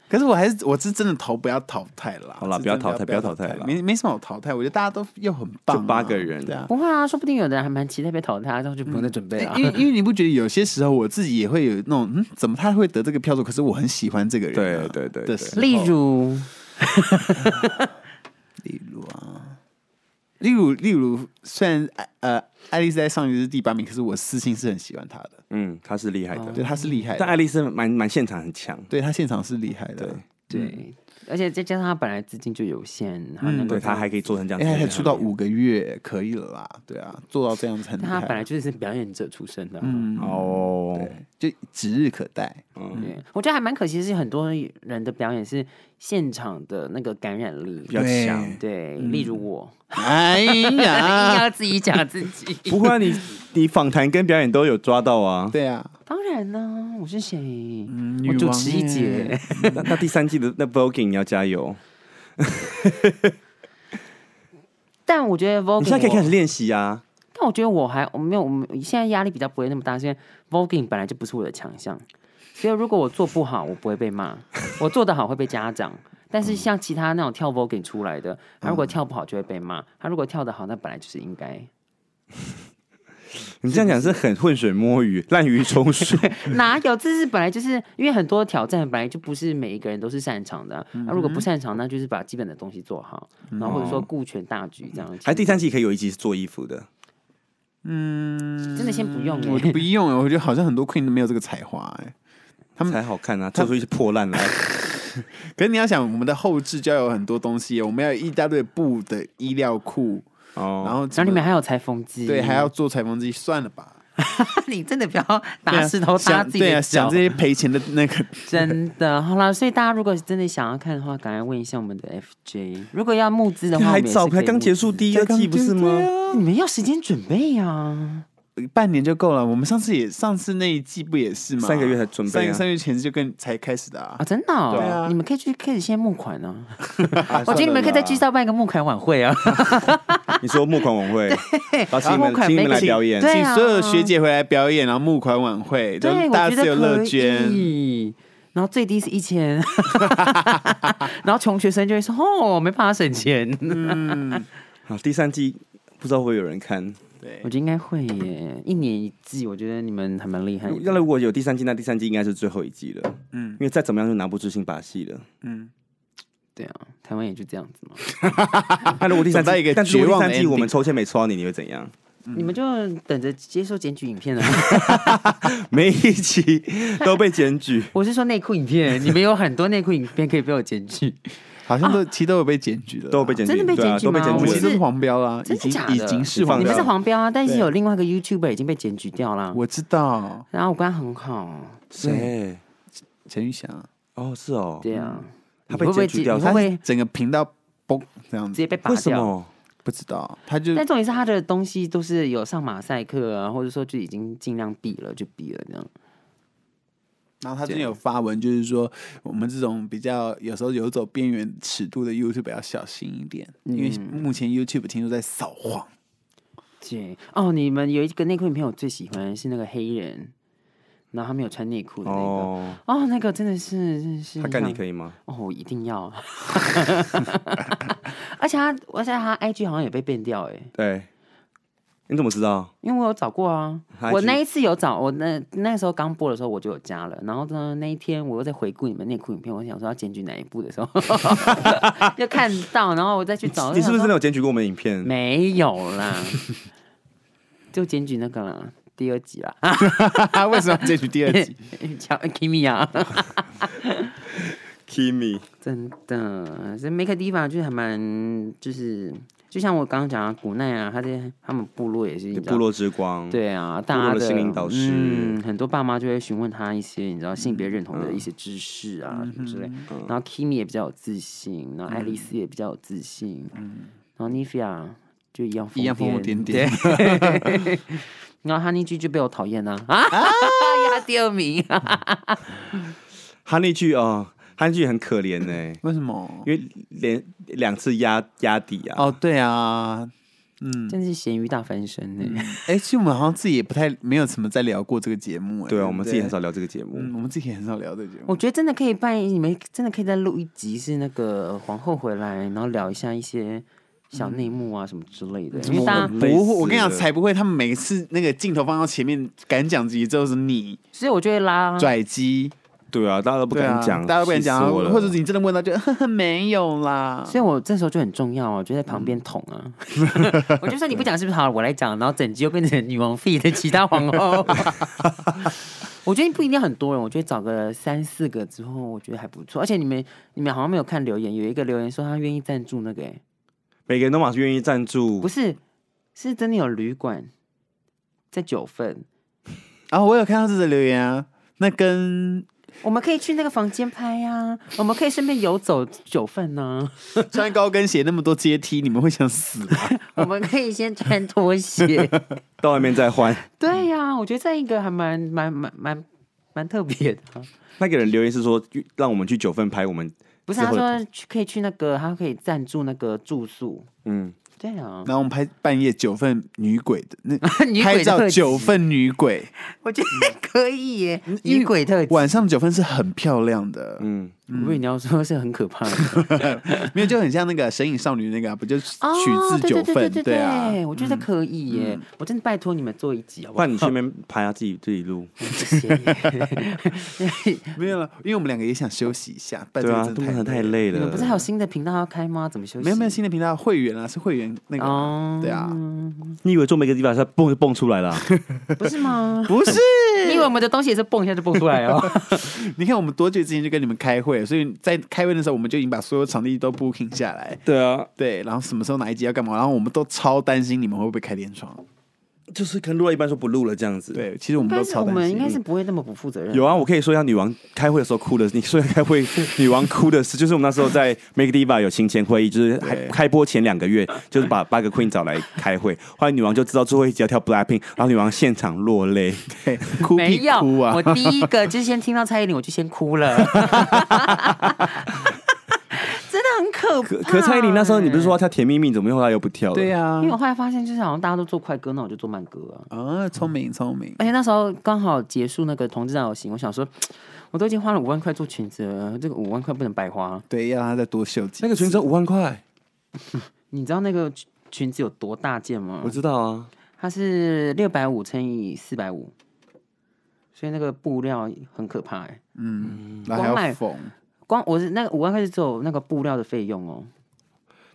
可是我还是我是真的投不要淘汰啦。
好啦
是
不要
真的
淘汰
不要
不要淘汰啦
没没什么好淘汰。我觉得大家都又很棒啊，
就八个人
对啊。
不会啊，说不定有的人还蛮期待被淘汰，然后就不用再准备了
嗯
啊。
因为因为你不觉得有些时候我自己也会有那种嗯，怎么他会得这个票数？可是我很喜欢这个人啊、
对对对对
的时候
*laughs* 例如，
嗯
例如啊，例如例如，虽然呃爱丽丝在上一次第八名，可是我私心是很喜欢她的，
嗯，他是厉害的，
对，她是厉害
但
的，
爱丽丝蛮蛮现场很强。
对她现场是厉害的，
对，而且再加上他本来资金就有限，他
嗯
能够
对他还可以做成这样
哎、她才
子，
出道五个月，可以了啦，对啊，做到这样子
嗯
很厉
但他
害，
本来就是表演者出身的啊。
嗯
哦，
就指日可待，
嗯
嗯
对，我觉得还蛮可惜，是很多人的表演是现场的那个感染力
比较
对
强嗯
对，例如我，
哎
*laughs* 硬
*laughs* 呀，
要自己讲自己。
不会啊，你你访谈跟表演都有抓到啊。
对啊，
*laughs* 当然呢，我是谁？
嗯
女
我主
王
持一节
耶。
那那第三季的那 voguing 你要加油，
*laughs* 但我觉得 Vogue，
你现在可以
我
开始练习啊。
但我觉得我还我没有，我们现在压力比较不会那么大，是因为 voguing 本来就不是我的强项，所以如果我做不好，我不会被
*laughs*
骂；我做得好会被家长。但是
嗯
像其他那种跳 voguing 出来的，他如果跳不好就会被
嗯
骂，他如果跳得好，那本来就是应该。
你这样讲是很浑水摸鱼、滥竽充
*laughs*
数。
哪有？这是本来就是因为很多挑战本来就不是每一个人都是擅长的啊、
嗯
那、如果不擅长，那就是把基本的东西做好，然后或者说顾全大局这
哦
样。
还第三季可以有一集是做衣服的，
嗯
真的先不用、
*laughs* 我就
欸，
不用了，我觉得好像很多 Queen 都没有这个才华哎、
嗯
他们
才好看啊，做出一些破烂
*laughs*
来。
可是你要想，我们的后置就要有很多东西，我们要有一大堆布的衣料库，
哦，
然后
然后
怎
里
么
面还有裁缝机，
对还要做裁缝机，算了吧。
*laughs* 你真的不要
对
打
啊
石头
想
打自己
对
的
啊，
脚
想这些赔钱的那个，
真
*laughs*
的，好啦，所以大家如果真的想要看的话，赶快问一下我们的 FJ。如果要募资的话，
还早，才刚结
束，
束第二季不是吗？
啊
你们要时间准备呀、
嗯
啊。
半年就够了。我们上次也上次那一季不也是吗？
三个月才准备啊
三个三个月前就跟才开始的啊。
真的、哦，
对啊
你们可以去开始先募款啊。
啊
我觉得你们可以在
算
G
了啦
上办一个募款晚会
*laughs*
啊。
你说募款晚
*laughs*
会，然后请你
募
们
款
请你们来
making
表演，
对
请
啊
所有学姐回来表演，然后募款晚会，就
对，
是
我
大
觉
家自由
得
乐
可
捐。
以。然后最低是一千， *laughs* 然后穷学生就会说：“哦，没办法省钱。
*laughs*
啊好，第三季不知道会不会有人看，
对
我觉得应该会耶，一年一季，我觉得你们还蛮厉害的。
那如果有第三季，那第三季应该是最后一季了。嗯，因为再怎么样就拿不出新把戏了。
对啊，台湾也就这样子嘛。
那如果第三
走到
季，
一个
但是如果
绝望
第
的
三季我们
ending
抽签没抽到你，你会怎样？ *laughs*
你们就等着接受检举影片了。，
每一集都被检举
*laughs* 我是说内裤影 *laughs* 片，你们有很多内裤影片可以被我检举。
好像都其实都有被检举的啦，
都有被检举，
真的被
对啊
检举
都被
吗
检
我
举
们
了
我
其实
是
是黄标啦，已
真的
经
假的
已经是
你
黄
放
你
标
们是
掉
了，
黄标啊，但是
对
有另外一个 YouTuber 已经被检举掉了，
我知道
然后我跟他很好。
谁？
陈玉祥，
哦，是哦，
对啊，
他
你
被
会不会
检举
直
掉
你会
他
他
不会
是
直
整个频道崩这样子，
接被拔
为什
掉？
么？
不知道他就
但重点是他的东西都是有上马赛克啊，或者说就已经尽量避了，就避了这样。
然后他最近有发文，就是说我们这种比较有时候游走边缘尺度的 YouTube 要小心一点，因为目前 YouTube 听说在扫黄，
对哦，你们有一个内裤影片我最喜欢是那个黑人，然后他没有穿内裤的那个。哦
哦，
那个真的是，真的是
他干你可
以
以
嗯
吗？
哦，我一定要， *laughs* 而且他，而且他 IG 好像也被变掉哎，
对，你怎么知道？
因为我有找过啊，
他
我
IG
那一次有找，我那那时候刚播的时候我就有加了，然后呢那一天我又在回顾你们内裤影片，我想说要检举哪一部的时候， *laughs* 就看到，然后我再去找，
你是不是真
我想说
的有检举过我们的影片？
没有啦？ *laughs* 就检举那个啦，第二集啦， *laughs*
他 *laughs* 为什么要截取第二 *laughs* 集？
乔 Kimi 啊，
Kimi，
真的，所以每个地方就是还蛮就是。就像我刚刚讲的，古奈啊，他在他们部落也是你知道
部落之光，，
对啊，大家
落的心灵导师
嗯，很多爸妈就会询问他一些你知道性别认同的一些知识啊、
嗯
什么之类。然后 Kimi 也比较有自信，然后爱丽丝也比较有自信，
嗯
然后 Nivia 就一样
一样疯疯癫癫，
然后 Honey G 就被我讨厌啊 *laughs* 啊，压第二名啊，
哈尼剧哦，哈尼剧很可怜呢，
*laughs* 为什么？
因为连两次压压底啊。
哦，对啊，
嗯
真是咸鱼大翻身欸呢、
哎，其实我们好像自己也不太没有什么在聊过这个节目，哎，
对啊，
不
我们自己很少，聊这个节目。
嗯，我们自己也很少聊这个节目
我，觉得真的可以办，你们真的可以再录一集，是那个皇后回来，然后聊一下一些小内幕啊什么之类的，因为大家
我们
不
累
会，
死
我跟你讲，
了
才不会，他们每次那个镜头放到前面敢讲自己就是你
所以我就会拉
拽机。
对啊，大家都不
对
敢讲，
啊，大家都不敢
气死
讲啊，
我了
或者是你真的问他就 *laughs* 呵呵没有啦，
所以我这时候就很重要啊，我就在旁边捅啊。 *laughs* 我就说你不讲是不是好？我来讲，然后整集又变成女王 f 的其他皇后。我觉得不一定要很多人，我觉得找个三四个之后，我觉得还不错。而且你们你们好像没有看留言，有一个留言说他愿意赞助那个、欸，
每个人都马上愿意赞助，
不是，是真的有旅馆在九份，
然后、我有看到这则留言啊，那
*laughs*
跟
我们可以去那个房间拍呀、 *laughs* 我们可以顺便游走九份呢、
穿高跟鞋那么多阶梯，你们会想死
*laughs*
吧？
我们可以先穿拖鞋。
到外面再换。
*laughs* 对呀、我觉得这一个还蛮蛮蛮蛮蛮特 *laughs* 别的啊、
那个人留言是说，让我们去九份拍我们
不是
之
他
后
说去可以去那个，他可以赞助那个住宿。
嗯，
对啊
然，后我们拍半夜九份女鬼的那
*laughs* 女鬼
拍照
特辑
九份女鬼，
我觉得可以耶，
因
嗯女
为
鬼特辑。
晚上九份是很漂亮
*laughs*
的，
嗯，
我以为你要说是很可怕的
没有就很像那个《神隐少女》那个、啊，不就 *laughs* 取自九份、
哦对对对对
啊？嗯
对，我觉得可以耶，我真的拜托你们做一集好不
不
*laughs* 好？
然你去那边拍，他自己自己录。
谢谢。
*laughs* 没有了，因为我们两个也想休息一下，拜
对
托
啊，
真
都
的
很
太
太
累了。
累
你
了。
们不是还有新的频道要开吗？怎么休息？
没有没有新的频道会员啊，是会员那个啊、
哦，
对啊，？
你以为做每个地方它蹦就蹦出来了啊？
不是吗
不是。
*laughs* 因为我们的东西也是蹦一下就蹦出来 *laughs* 哦。
你看，我们多久之前就跟你们开会，所以在开会的时候，我们就已经把所有场地都 booking 下来，
*laughs* 对啊，
对，然后什么时候哪一集要干嘛，然后我们都超担心你们会不会开天窗，
就是可能录到一半说不录了这样子。，
对，其实我
应
们
该
都
是
超
我
担
们
心，
应该是不会那么不负责任。
有啊，我可以说一下女王开会的时候哭的。你说一下开会女王哭的事，就是我们那时候在 Make Diva 有行前会议，就是还
对
开播前两个月，就是把八个 Queen 找来开会，后来女王就知道最后一集要跳 Blackpink，然后女王现场落泪。
嘿 *laughs* 哭
没
屁
有，
哭啊
我，第一个就是先听到蔡依林，我就先哭了， *laughs* 真的很可
可
怕。
可蔡依林那时候你不是说要跳甜蜜蜜，怎么又后来又不跳了？
对
欸，
啊
因为，我后来发现，就是好像大家都做快歌，那我就做慢歌啊。
啊，聪明聪明，
而且那时候刚好结束那个同志大游行，我想说，我都已经花了五万块做裙子了，这个五万块不能白花。
对，要让他再多秀几，
那个裙子五万块，
你知道那个裙裙子有多大件吗
我？知道啊，
它是六百五乘以四百五，所以那个布料很可怕哎、
嗯然后
光
还
买
要缝，
光我是那个五万块是只有那个布料的费用哦，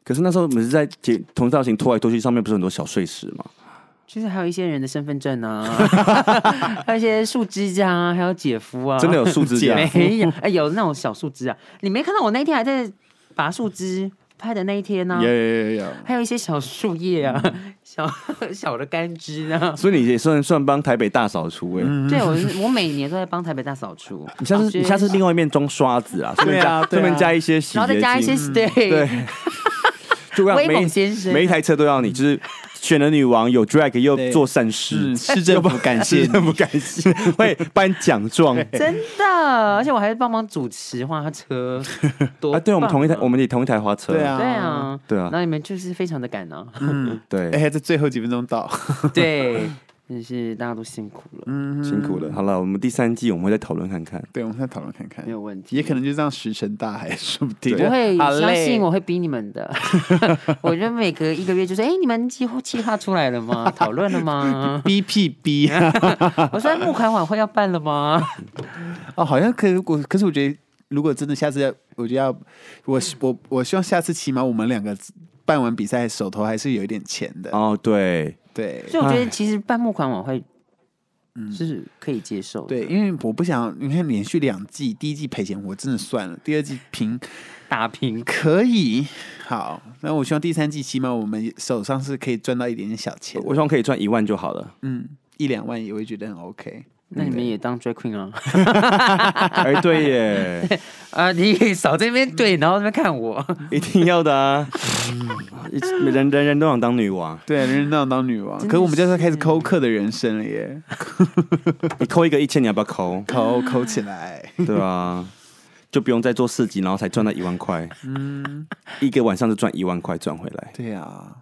可是那时候我们是在剪同一造型拖来拖去，上面不是很多小碎石吗？
就是还有一些人的身份
*laughs*
证啊，还有一些树枝架啊，还有姐夫啊，
真的有树枝架
*laughs* 没有？哎、有那种小树枝啊，你没看到我那天还在拔树枝拍的那一天呢、啊
有有有有，
还有一些小树叶啊，小 *laughs* 小的干枝啊。
所以你也算算帮台北大扫除哎、
对我是，我每年都在帮台北大扫除。
你下次你下次另外一面装刷子
*laughs*
啊，顺便
对啊
加
对
顺
啊
便加一些洗洁
然后再加一些
精，
对
对，就让
威
每
猛先生
每一台车都要你，就是选了女王有 drag 又
对
做善事
嗯
是，市政府感谢
*laughs*
是
你，
很不感谢，会颁奖状。
真的，而且我还帮忙主持花车，多
啊，对，我们
棒
同一台，
啊
我们也同一台花车。
对啊
对啊，
对啊
然后你们就是非常的赶啊，
*laughs* 对，
哎，在最后几分钟到， *laughs*
对，真是大家都辛苦了，
辛苦了。好了，我们第三季我们会再讨论看看。
对，我们再讨论看看
没，有问题，
也可能就这样石沉大海，说不定。
我会
好
相
累？
信我会逼你们的， *laughs* 我就每隔一个月就说，哎，你们计划计划出来了
*laughs*
吗？讨论了吗
B P B
我说木款晚会要办
*laughs*
了吗？
哦，好像可以。我可是我觉得，如果真的下次要，我就要我我我希望下次起码我们两个办完比赛，手头还是有一点钱的。
哦，对，
对
所以我觉得其实办木款晚会
嗯
是可以接受的，
对，因为我不想你看连续两季，第一季赔钱我真的算了，第二季平
打平
可以好，那我希望第三季起码我们手上是可以赚到一点点小钱，
我希望可以赚一万就好
*laughs*
了。
嗯，一两万也会觉得很 OK。
那
嗯
你们也当 drag queen 啊？
哎，对耶，
啊，你少在那边对，然后在那边看我，
*laughs* 一定要的啊！一人人人都想当女王，
对，人人当当女王，
真
可
的
是我们就是嗯开始抠客的人生了耶，
你扣一个一千，你要不要扣？
抠抠起来。
对啊，就不用再做四级，然后才赚到一万块。嗯，一个晚上就赚一万块，赚回来。
对啊，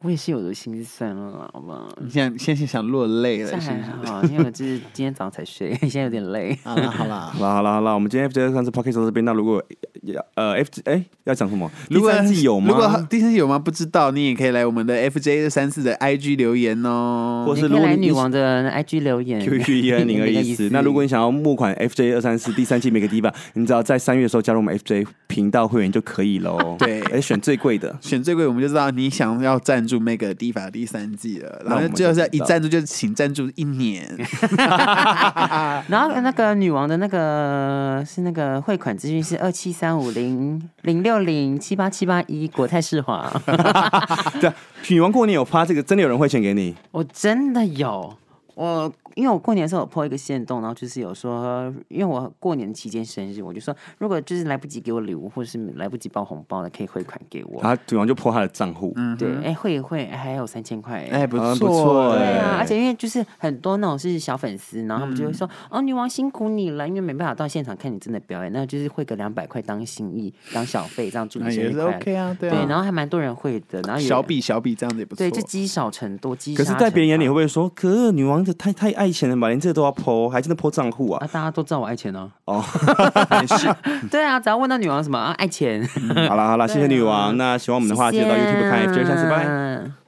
我也是有的心酸了，好吧？
你想现在想落泪了
这
是不
还
是？
好，哦因为我就是 *laughs* 今天早上才睡，现在有点累。
好啦好 *laughs* 啦
啊好，啦好啦好啦，我们今天 F J 上次 p o c k e t 到这边，那如果要呃 F 哎要讲什么？
如果
第三季有吗？
如果第三季有吗？不知道，你也可以来我们的 FJ 三四的 IG 留言哦
或。是如
你可以
果
来
你
女王的 IG 留言
QQ 一 E
*laughs*
N 零二
哎
一四。那如果
你
啊你想要募款 FJ 二三四第三季每个地方，你只要在三月的时候加入我们 FJ 频道会员就可以喽。
对
而且选最贵的。 *laughs*
选最贵，我们就知道你想要赞助《m a 迪法》第三季了，
那我
然后
们
就是要
就知
一
道
赞助就请赞助一年。
*laughs*
然后那个女王的那个是那个汇款资讯是二七三五零零六零七八七八一国泰世华， *laughs*
对啊，女王过年有发这个，真的有人汇钱给你？
我真的有。我因为我过年的时候我 po 一个线动，然后就是有说，因为我过年期间生日，我就说如果就是来不及给我礼物，或者是来不及包红包的，可以汇款给我。
然后女王就破她的账户。嗯，
对，哎、汇一汇还有三千块、
哎，不
啊
错，
不错
对
哎
啊，而且因为就是很多那种是小粉丝，然后他们就
嗯
会说、哦，女王辛苦你了，因为没办法到现场看你真的表演，那就是汇个两百块当心意、当小费，这样
*laughs*
祝
那
你生
也
日
是
快乐。
OK 啊，对
对
啊。
然后还蛮多人会的，然后也
小笔小笔这样子也不错。
对，就积少成多，积
可是，
沙
在别人眼里
成
会不会说，可是女王这太太爱钱了吧，连这都要破，还真的破账户
塔
啊？
啊，大家都知道我爱钱哦、
哦， *laughs*
*laughs* 对啊，只要问到女王什么啊，爱钱。
好啦好啦，谢谢女王。那喜欢我们的话，记得到 YouTube 看 FJ 三四拜。
*laughs* 拜。